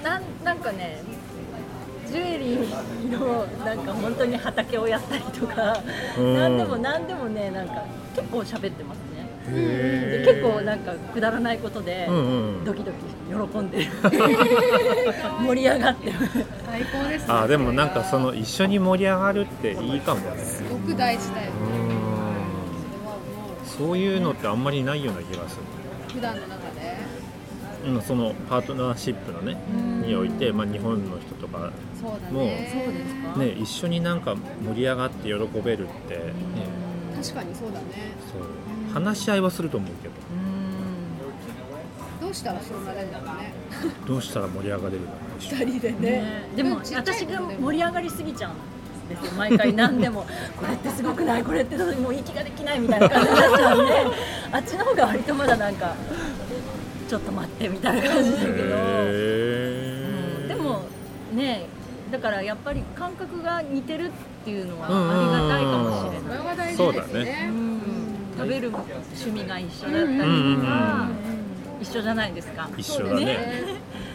[SPEAKER 4] なんなんかねジュエリーのなんか本当に畑をやったりとか
[SPEAKER 2] うん
[SPEAKER 4] 何でも何でもねなんか結構喋ってますね
[SPEAKER 2] へ
[SPEAKER 4] で
[SPEAKER 2] ー
[SPEAKER 4] 結構なんかくだらないことで
[SPEAKER 2] うんうん
[SPEAKER 4] ドキドキ喜んでる [LAUGHS] 盛り上がってる
[SPEAKER 5] 最高ですね
[SPEAKER 2] あでもなんかそ
[SPEAKER 5] それは
[SPEAKER 2] の一緒に盛り上がるっていいかもね
[SPEAKER 5] すごく大事だよ
[SPEAKER 2] う
[SPEAKER 5] ねそ
[SPEAKER 2] ん
[SPEAKER 5] れはも
[SPEAKER 2] そういうのってあんまりないような気がす
[SPEAKER 5] う普段の中で
[SPEAKER 2] る、うん、そのパートナーシップのねにおいて、まあ、日本の人とか、
[SPEAKER 5] そうだ
[SPEAKER 2] もう
[SPEAKER 5] ね
[SPEAKER 4] そうですか、
[SPEAKER 2] ね、一緒になんか盛り上がって喜べるって、ね、
[SPEAKER 5] 確かにそうだね
[SPEAKER 2] そう話し合いはすると思うけど
[SPEAKER 4] うん
[SPEAKER 5] どうしたらそうなれるんだろうね
[SPEAKER 2] どうしたら盛り上がれるかな一緒に
[SPEAKER 5] 二人でね
[SPEAKER 4] ね、でも
[SPEAKER 5] ちっちゃい
[SPEAKER 4] 私
[SPEAKER 5] ことで
[SPEAKER 4] が
[SPEAKER 5] も
[SPEAKER 4] 盛り上がりすぎちゃうんですよ毎回何
[SPEAKER 2] [LAUGHS]
[SPEAKER 4] でもこれってすごくないこれってもう息ができないみたいな感じ
[SPEAKER 2] [LAUGHS]
[SPEAKER 4] になっちゃうんであっちの方が割とまだなんかちょっと待ってみたいな感じだけど、うん
[SPEAKER 2] へー
[SPEAKER 4] でもねだからやっぱり感覚が似てるっていうのは
[SPEAKER 2] うんうんうん
[SPEAKER 4] ありがたいかもしれ
[SPEAKER 5] そ
[SPEAKER 4] な
[SPEAKER 5] れ
[SPEAKER 4] い。
[SPEAKER 5] は大事です
[SPEAKER 2] そうだ
[SPEAKER 5] ね
[SPEAKER 4] うん食べる趣味が一緒だったりとか、
[SPEAKER 2] うんうんうん
[SPEAKER 4] 一緒じゃないですか。
[SPEAKER 2] 一緒だね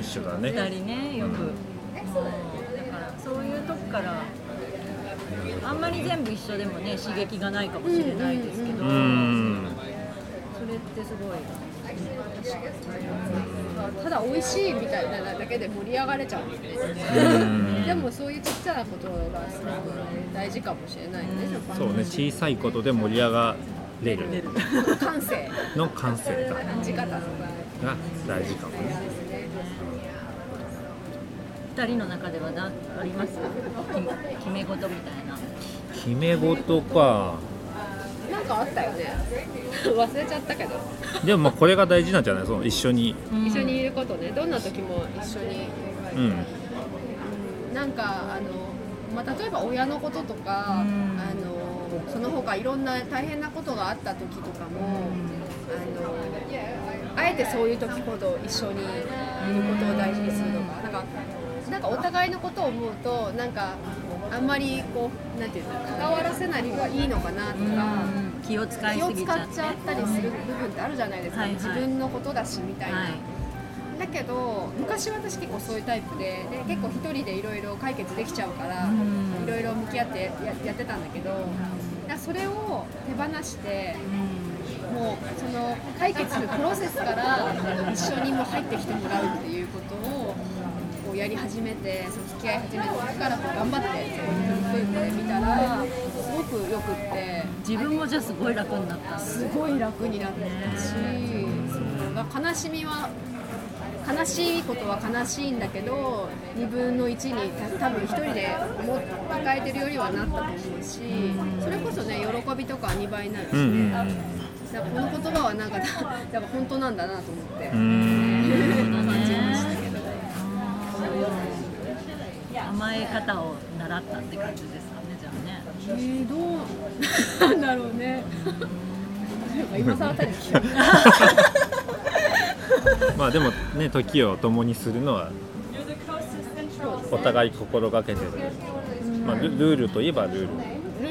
[SPEAKER 2] 一緒だね
[SPEAKER 4] 二人ねよく、
[SPEAKER 2] うん
[SPEAKER 4] そうだからそういうとこからあんまり全部一緒でもね刺激がないかもしれないですけど、
[SPEAKER 2] うん
[SPEAKER 4] それってすごい
[SPEAKER 5] ただ美味しいみたいなだけで盛り上がれちゃうんですね
[SPEAKER 2] うん
[SPEAKER 5] でもそういうちっちゃなことがすごく大事かもしれないね
[SPEAKER 2] そうね小さいことで盛り上がれる
[SPEAKER 5] 感性
[SPEAKER 2] の感性だ
[SPEAKER 5] 感じ方とか
[SPEAKER 2] が大事かもね
[SPEAKER 4] 二人の中ではなありますき決め事みたいな
[SPEAKER 2] 決め事か
[SPEAKER 5] なんかあったよね忘れちゃったけど
[SPEAKER 2] でもまあこれが大事なんじゃないその一緒に
[SPEAKER 5] 一緒にいることねどんな時も一緒に
[SPEAKER 2] うん
[SPEAKER 5] なんかあの、まあ、例えば親のこととか、
[SPEAKER 4] うん
[SPEAKER 5] あのその他いろんな大変なことがあった時とかも、あのあえてそういう時ほど一緒にいることを大事にするのかなんかなんかお互いのことを思うとなんかあんまりこうなんていうの関わらせない方がいいのかなとか。
[SPEAKER 4] うん気を使い
[SPEAKER 5] 気を
[SPEAKER 4] すぎち
[SPEAKER 5] 使
[SPEAKER 4] ゃ
[SPEAKER 5] っ
[SPEAKER 4] って
[SPEAKER 5] ちゃったりする部分ってあるじゃないですか、
[SPEAKER 4] はいはい
[SPEAKER 5] 自分のことだしみたいな、
[SPEAKER 4] はい
[SPEAKER 5] だけど昔私結構そういうタイプでで結構一人でいろいろ解決できちゃうから
[SPEAKER 4] うん
[SPEAKER 5] いろいろ向き合ってややってたんだけどだからそれを手放してもうその解決するプロセスから一緒にもう入ってきてもらうっていうことをこうやり始めてその付き合い始めてからこう頑張ってそこに取り組んでみたらすごくよくって。
[SPEAKER 4] 自分もじゃあすごい楽になった
[SPEAKER 5] すごい楽になったし、まあ悲しみは悲しいことは悲しいんだけど2分の1にた多分1人でも抱えてるよりはなったと思うしそれこそね喜びとかは2倍になるし、
[SPEAKER 2] うんうん
[SPEAKER 5] だからこの言葉はなんかだ [LAUGHS] やっぱ本当なんだなと思って
[SPEAKER 2] う。ん
[SPEAKER 5] 感じましたけど
[SPEAKER 4] 甘え方を習ったって感じですかねじゃあね
[SPEAKER 5] えーどうなんだろうね。なんか今更たり聞く。
[SPEAKER 2] まあでもね時を共にするのはお互い心がけてる、まあ、ルルールといえばルール
[SPEAKER 5] ル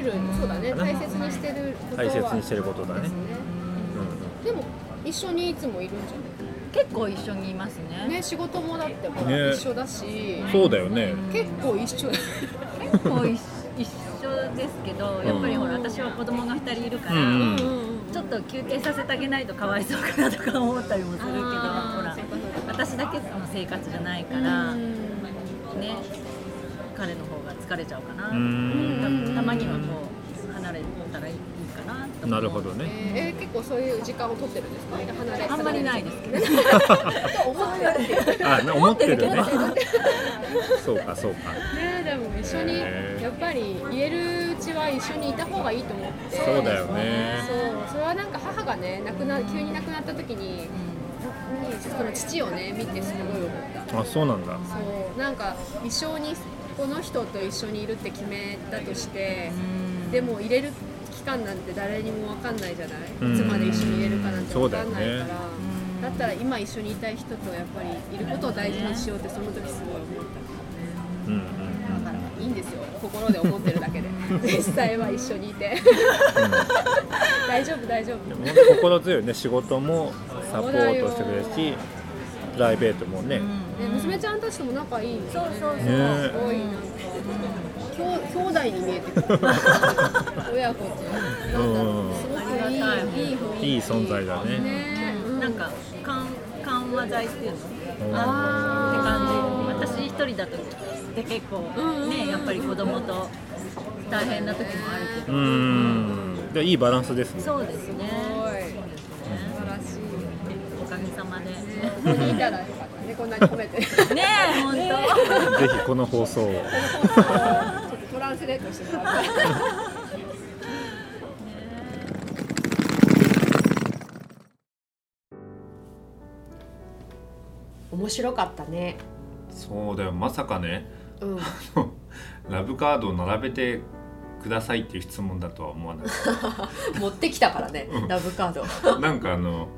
[SPEAKER 5] ルそうだね大切にしてることは
[SPEAKER 2] 大切にしてることだね、
[SPEAKER 5] でも一緒にいつもいるんじゃ
[SPEAKER 4] 結構一緒にいますね
[SPEAKER 5] ないね仕事もだってほ
[SPEAKER 2] ね
[SPEAKER 5] ら一緒だし、
[SPEAKER 2] うん、そうだよね
[SPEAKER 5] 結構一緒だ
[SPEAKER 4] 結構一緒ですけど、やっぱりほら私は子供が2人いるから、
[SPEAKER 2] うん
[SPEAKER 4] ちょっと休憩させてあげないとかわいそうかなとか思ったりもするけどほら私だけの生活じゃないから、ね彼の方が疲れちゃうかな、
[SPEAKER 2] うん
[SPEAKER 4] たたまにはこう離れたらいいかなと思う
[SPEAKER 2] なるほどね
[SPEAKER 5] えー結構そういう時間を取ってるんですか離れ
[SPEAKER 4] あんまりないですけど
[SPEAKER 5] と思ってるね
[SPEAKER 2] あな思ってるねそうかそうか
[SPEAKER 5] でも一緒に
[SPEAKER 2] へー
[SPEAKER 5] やっぱり言えるうちは一緒にいた方がいいと思って
[SPEAKER 2] そうだよね
[SPEAKER 5] そうそれはなんか母がね亡くな急に亡くなった時に、うんその父をね見てすごい思った
[SPEAKER 2] あそうなんだ
[SPEAKER 5] そうなんか一生にこの人と一緒にいるって決めたとして、でも入れる期間なんて誰にも分かんないじゃない、
[SPEAKER 2] うん
[SPEAKER 5] いつまで一緒に入れるかなんて
[SPEAKER 2] そう
[SPEAKER 5] 分
[SPEAKER 2] だ
[SPEAKER 5] か
[SPEAKER 2] よね
[SPEAKER 5] んないからだ,、ったら今一緒にいたい人とやっぱりいることを大事にしようってその時すごい思っ
[SPEAKER 2] うんうん
[SPEAKER 5] ただからいいんですよ心で思ってるだけで実際は一緒にいて大丈夫大丈
[SPEAKER 2] で
[SPEAKER 5] 夫
[SPEAKER 2] も本当心強いね仕事もサポートしてくれるしプライベートもね、
[SPEAKER 4] うん
[SPEAKER 3] ね娘ちゃんたちとも仲いいね
[SPEAKER 4] そうそうそう、
[SPEAKER 2] ね
[SPEAKER 3] すごいなんかきょう兄弟に見えてくる親子ってなんだろうすごくいいいい雰囲気
[SPEAKER 2] いい存在だね
[SPEAKER 3] ねうん
[SPEAKER 4] なんか緩緩和剤っていうの
[SPEAKER 2] うん
[SPEAKER 4] って
[SPEAKER 3] あ
[SPEAKER 4] 感じ私一人だとで結構
[SPEAKER 3] うんうんうん
[SPEAKER 4] ねやっぱり子供と大変な時もあるけ
[SPEAKER 2] う
[SPEAKER 4] ど、
[SPEAKER 2] んでいいバランスですね
[SPEAKER 4] そうですね
[SPEAKER 5] ごい素
[SPEAKER 4] ね
[SPEAKER 5] 晴らし
[SPEAKER 4] おかげさまで
[SPEAKER 5] い
[SPEAKER 4] ね
[SPEAKER 5] ここにいたらよかったねこんなに褒めてちょっ
[SPEAKER 4] え本当
[SPEAKER 2] ぜひこの放送を
[SPEAKER 5] とトランスレートしてもらって
[SPEAKER 3] 面白かったね
[SPEAKER 2] そうだよまさかね [LAUGHS]
[SPEAKER 3] うん
[SPEAKER 2] ラブカードを並べてくださいっていう質問だとは思わ
[SPEAKER 3] [LAUGHS]
[SPEAKER 2] なか
[SPEAKER 3] [LAUGHS]
[SPEAKER 2] っ
[SPEAKER 3] 持ってきたからねラブカード
[SPEAKER 2] たなんかあの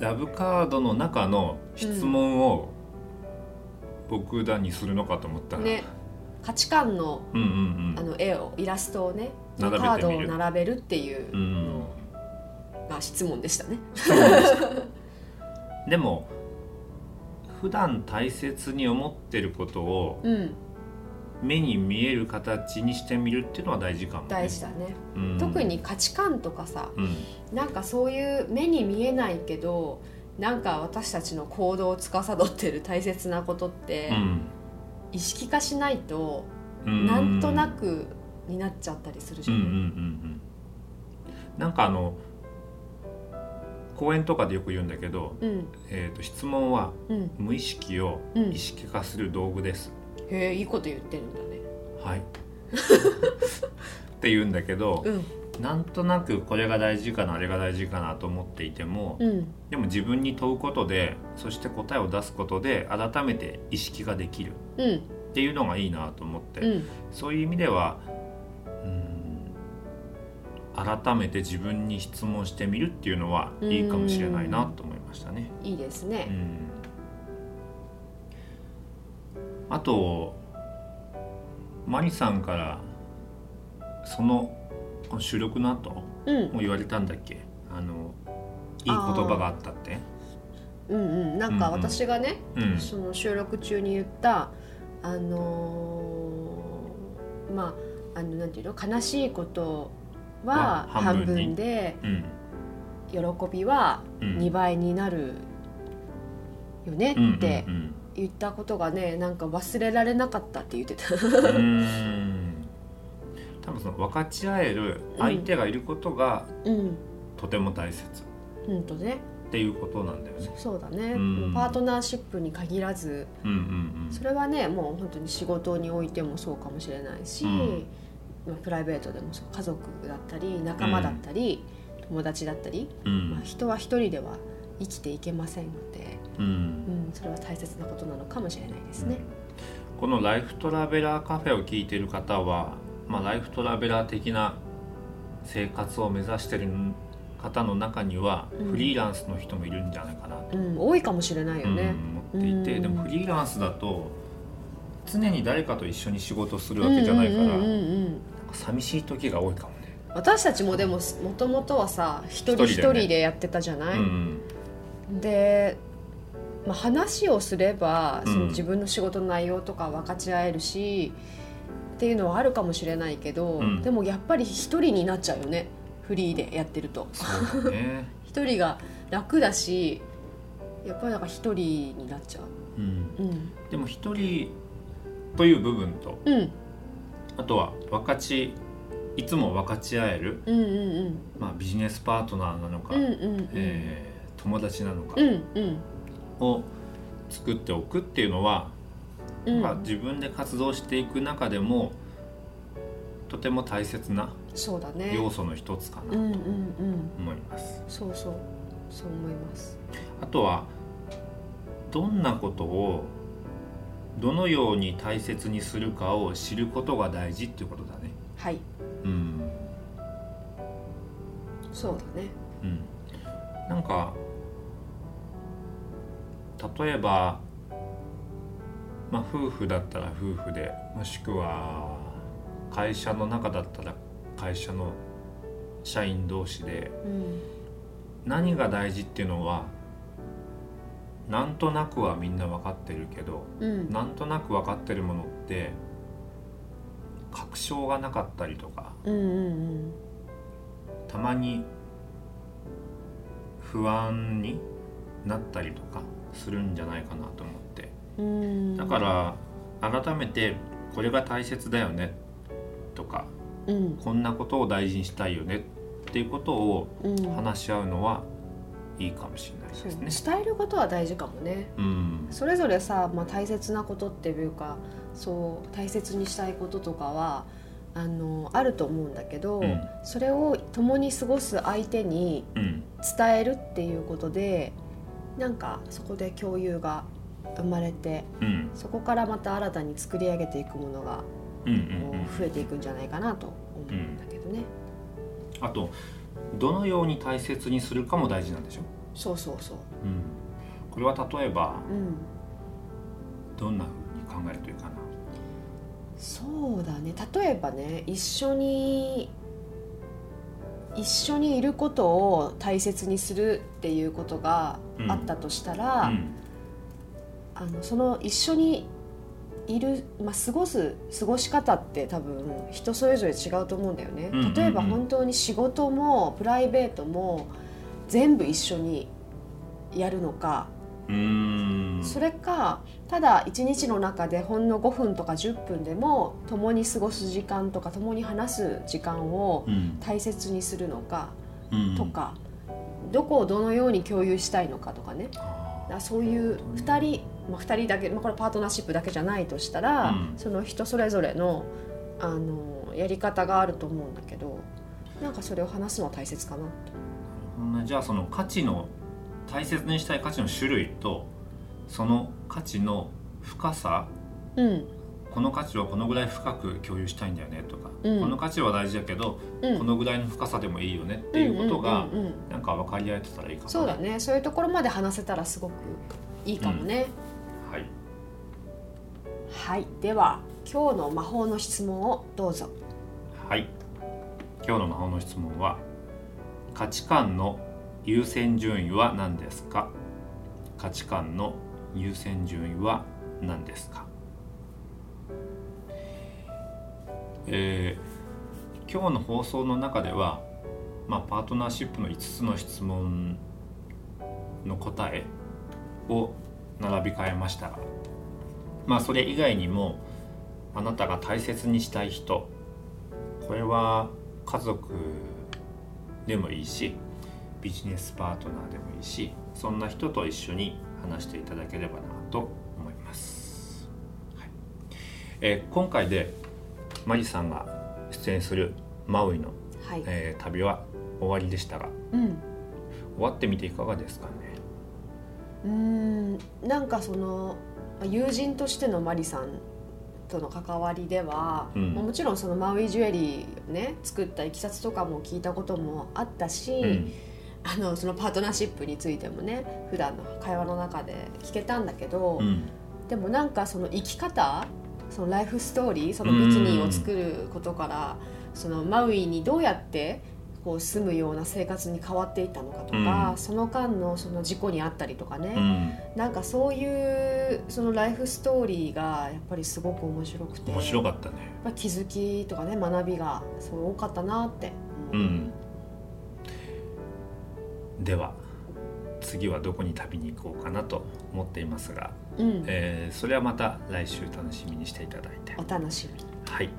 [SPEAKER 2] ラブカードの中の質問を僕らにするのかと思ったら、
[SPEAKER 3] ね価値観の
[SPEAKER 2] うんうん
[SPEAKER 3] あの絵をイラストをねカ
[SPEAKER 2] 並
[SPEAKER 3] ー
[SPEAKER 2] べて
[SPEAKER 3] ド
[SPEAKER 2] み
[SPEAKER 3] を
[SPEAKER 2] る
[SPEAKER 3] 並べるっていう
[SPEAKER 2] うんうん
[SPEAKER 3] まあ質問でしたね
[SPEAKER 2] でも普段大切に思ってることを
[SPEAKER 3] うん
[SPEAKER 2] 目に見える形にしてみるっていうのは大事かも、ね、
[SPEAKER 3] 大事だね
[SPEAKER 2] うん
[SPEAKER 3] 特に価値観とかさ
[SPEAKER 2] うん
[SPEAKER 3] なんかそういう目に見えないけどなんか私たちの行動を司ってる大切なことって意識化しないと
[SPEAKER 2] うん
[SPEAKER 3] なんとなくになっちゃったりするじ
[SPEAKER 2] う
[SPEAKER 3] ゃ
[SPEAKER 2] んうんうん
[SPEAKER 3] ん
[SPEAKER 2] うんなんかあの講演とかでよく言うんだけど、
[SPEAKER 3] うん
[SPEAKER 2] えー、と質問は
[SPEAKER 3] うん
[SPEAKER 2] 無意識を
[SPEAKER 3] うん
[SPEAKER 2] 意識化する道具です、
[SPEAKER 3] へえいいこと言ってるんだね
[SPEAKER 2] はい
[SPEAKER 3] [LAUGHS]
[SPEAKER 2] って言うんだけど
[SPEAKER 3] う、ん
[SPEAKER 2] なんとなくこれが大事かなあれが大事かなと思っていても、
[SPEAKER 3] うん
[SPEAKER 2] でも自分に問うことでそして答えを出すことで改めて意識ができる
[SPEAKER 3] うん
[SPEAKER 2] っていうのがいいなと思って、
[SPEAKER 3] うん
[SPEAKER 2] そういう意味ではうん改めて自分に質問してみるっていうのはいいかもしれないなと思いましたね。
[SPEAKER 3] いいです
[SPEAKER 2] う
[SPEAKER 3] ね
[SPEAKER 2] んあとマリさんからそのこの収録の後も
[SPEAKER 3] うん
[SPEAKER 2] 言われたんだっけあのいい言葉があったって。
[SPEAKER 3] うんうんなんか私がね
[SPEAKER 2] うん
[SPEAKER 3] その収録中に言ったあのーまああのなんていうの悲しいことは
[SPEAKER 2] は
[SPEAKER 3] 半
[SPEAKER 2] 半分に
[SPEAKER 3] 分で
[SPEAKER 2] うん
[SPEAKER 3] 喜びは
[SPEAKER 2] うん
[SPEAKER 3] 2倍になるよねって
[SPEAKER 2] うんうん
[SPEAKER 3] 言ったことがねなんか忘れられなかったって言って
[SPEAKER 2] [LAUGHS]
[SPEAKER 3] た
[SPEAKER 2] うんうーん多分その分かち合える相手がいることが
[SPEAKER 3] うん
[SPEAKER 2] とても大切
[SPEAKER 3] ほんとね
[SPEAKER 2] っていうことなんだよね。
[SPEAKER 3] そうだね、
[SPEAKER 2] うん
[SPEAKER 3] パートナーシップに限らず
[SPEAKER 2] うんうん
[SPEAKER 3] それはねもう本当に仕事においてもそうかもしれないし、
[SPEAKER 2] うん
[SPEAKER 3] まあ、プライベートでもそう家族だったり仲間だったり、友達だったり、
[SPEAKER 2] うん
[SPEAKER 3] まあ、人は一人では生きていけませんので、
[SPEAKER 2] うんうん
[SPEAKER 3] うん、それは大切なことなのかもしれないですね。
[SPEAKER 2] この「ライフトラベラーカフェ」を聞いてる方は、まあ、ライフトラベラー的な生活を目指してる方の中には
[SPEAKER 3] うん
[SPEAKER 2] フリーランスの人もいるんじゃないかなと
[SPEAKER 3] うん、多いかもしれないよね。
[SPEAKER 2] うん、思っていて、
[SPEAKER 3] うん
[SPEAKER 2] でもフリーランスだと常に誰かと一緒に仕事するわけじゃないから、
[SPEAKER 3] うんうんうんうん
[SPEAKER 2] 寂しい時が多いかもね。
[SPEAKER 3] 私たちもでももともとはさ一人
[SPEAKER 2] 一
[SPEAKER 3] 一
[SPEAKER 2] 人でね
[SPEAKER 3] 人でやってたじゃない、
[SPEAKER 2] うん
[SPEAKER 3] で、まあ、話をすれば
[SPEAKER 2] うん
[SPEAKER 3] その自分の仕事の内容とか分かち合えるし、っていうのはあるかもしれないけど、
[SPEAKER 2] うん
[SPEAKER 3] でもやっぱり一人になっちゃうよねフリーでやってると
[SPEAKER 2] そうだね。
[SPEAKER 3] 一人が楽だしやっぱりなんか一人になっちゃ
[SPEAKER 2] うん、
[SPEAKER 3] ううん
[SPEAKER 2] でも一人という部分と
[SPEAKER 3] うん
[SPEAKER 2] あとは分かちいつも分かち合える、
[SPEAKER 3] うんうん
[SPEAKER 2] まあ、ビジネスパートナーなのか、
[SPEAKER 3] うんうんうん
[SPEAKER 2] えー友達なのか
[SPEAKER 3] うんうん
[SPEAKER 2] を作っておくっていうのは、
[SPEAKER 3] うん
[SPEAKER 2] まあ、自分で活動していく中でもとても大切な
[SPEAKER 3] そうだね
[SPEAKER 2] 要素の一つか
[SPEAKER 3] う
[SPEAKER 2] なん
[SPEAKER 3] うんうん
[SPEAKER 2] と思います。
[SPEAKER 3] そうそうそう思います
[SPEAKER 2] あとはどんなことをどのように大切にするかを知ることが大事っていうことだね。
[SPEAKER 3] はい
[SPEAKER 2] うん
[SPEAKER 3] そうだね
[SPEAKER 2] うん、なんか例えば、まあ、夫婦だったら夫婦でもしくは会社の中だったら会社の社員同士で
[SPEAKER 3] うん
[SPEAKER 2] 何が大事っていうのはなんとなくはみんな分かってるけど
[SPEAKER 3] うん
[SPEAKER 2] なんとなく分かってるものって確証がなかったりとか
[SPEAKER 3] うんうん
[SPEAKER 2] たまに不安になったりとかするんじゃないかなと思って
[SPEAKER 3] うん
[SPEAKER 2] だから改めてこれが大切だよねとか
[SPEAKER 3] うん
[SPEAKER 2] こんなことを大事にしたいよねっていうことを
[SPEAKER 3] うん
[SPEAKER 2] 話し合うのはいいかもしれないですね。
[SPEAKER 3] そう伝えることは大事かもね
[SPEAKER 2] うん、
[SPEAKER 3] それぞれさ、まあ、大切なことっていうかそう大切にしたいこととかはあのあると思うんだけど、
[SPEAKER 2] うん
[SPEAKER 3] それを共に過ごす相手に
[SPEAKER 2] うん、
[SPEAKER 3] 伝えるっていうことでなんかそこで共有が生まれて
[SPEAKER 2] うん、
[SPEAKER 3] そこからまた新たに作り上げていくものが
[SPEAKER 2] うん、うん、
[SPEAKER 3] こ
[SPEAKER 2] うん。
[SPEAKER 3] う増えていくんじゃないかなと思うんだけどね、
[SPEAKER 2] あとどのように大切にするかも大事なんでしょ
[SPEAKER 3] そうそうそう
[SPEAKER 2] う。うん、これは例えば
[SPEAKER 3] うん
[SPEAKER 2] どんな風に考えるといいかな。
[SPEAKER 3] そうだね例えばね一緒に一緒にいることを大切にするっていうことがあったとしたら、
[SPEAKER 2] うん、
[SPEAKER 3] あのその一緒にいる、まあ、過ごす過ごし方って多分人それぞれ違うと思うんだよね、
[SPEAKER 2] うんうんうん
[SPEAKER 3] 例えば本当に仕事もプライベートも全部一緒にやるのか
[SPEAKER 2] うーん、
[SPEAKER 3] それかただ一日の中でほんの5分とか10分でも共に過ごす時間とか共に話す時間を
[SPEAKER 2] うん、
[SPEAKER 3] 大切にするのか
[SPEAKER 2] うん、
[SPEAKER 3] とか、どこをどのように共有したいのかとかね
[SPEAKER 2] あー。
[SPEAKER 3] あそういう2人、まあ、2人だけ、まあ、これパートナーシップだけじゃないとしたら、
[SPEAKER 2] うん
[SPEAKER 3] その人それぞれのあのやり方があると思うんだけどなんかそれを話すのは大切かなと。
[SPEAKER 2] うんじゃあその価値の大切にしたい価値の種類とその価値の深さ
[SPEAKER 3] うん
[SPEAKER 2] この価値はこのぐらい深く共有したいんだよねとか、
[SPEAKER 3] うん
[SPEAKER 2] この価値は大事だけど、
[SPEAKER 3] うん
[SPEAKER 2] このぐらいの深さでもいいよねっていうことが
[SPEAKER 3] うんうんうんうん
[SPEAKER 2] なんか分かり合えてたらいいかも
[SPEAKER 3] そうだねそういうところまで話せたらすごくいいかもね、
[SPEAKER 2] はい
[SPEAKER 3] はいでは今日の魔法の質問をどうぞ
[SPEAKER 2] はい今日の魔法の質問は価値観の優先順位は何ですか価値観の優先順位は何ですかえー今日の放送の中では、まあ、パートナーシップの5つの質問の答えを並び替えましたが、まあ、それ以外にもあなたが大切にしたい人これは家族でもいいしビジネスパートナーでもいいしそんな人と一緒に話していただければなと思います、はいえー今回でマリさんが出演するマウイの、
[SPEAKER 3] はい、
[SPEAKER 2] えー旅は終わりでしたが
[SPEAKER 3] うん
[SPEAKER 2] 終わってみていかがですかね
[SPEAKER 3] うーんなんかその友人としてのマリさんとの関わりでは、
[SPEAKER 2] うん
[SPEAKER 3] まあもちろんそのマウイジュエリーをね作ったいきさつとかも聞いたこともあったし、
[SPEAKER 2] うん
[SPEAKER 3] あのそのパートナーシップについてもね普段の会話の中で聞けたんだけど、
[SPEAKER 2] うん
[SPEAKER 3] でもなんかその生き方そのライフストーリーそのビキニを作ることからそのマウイにどうやってこう住むような生活に変わっていったのかとか、
[SPEAKER 2] うん
[SPEAKER 3] その間のその事故にあったりとか
[SPEAKER 2] う
[SPEAKER 3] ね、
[SPEAKER 2] ん
[SPEAKER 3] なんかそういうそのライフストーリーがやっぱりすごく面白くて
[SPEAKER 2] 面白
[SPEAKER 3] やっ
[SPEAKER 2] かったね
[SPEAKER 3] ぱ気づきとかね学びがすごい多かったなって
[SPEAKER 2] う
[SPEAKER 3] 思う、
[SPEAKER 2] んでは次はどこに旅に行こうかなと思っていますが
[SPEAKER 3] うん
[SPEAKER 2] えーそれはまた来週楽しみにしていただいて
[SPEAKER 3] お楽しみに
[SPEAKER 2] はい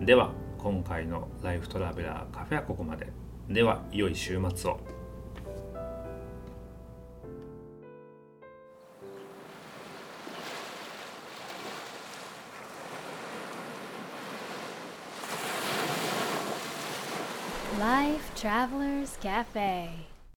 [SPEAKER 2] では今回の「ライフトラベラーカフェ」はここまででは良い週末を
[SPEAKER 1] Life Travelers Cafe.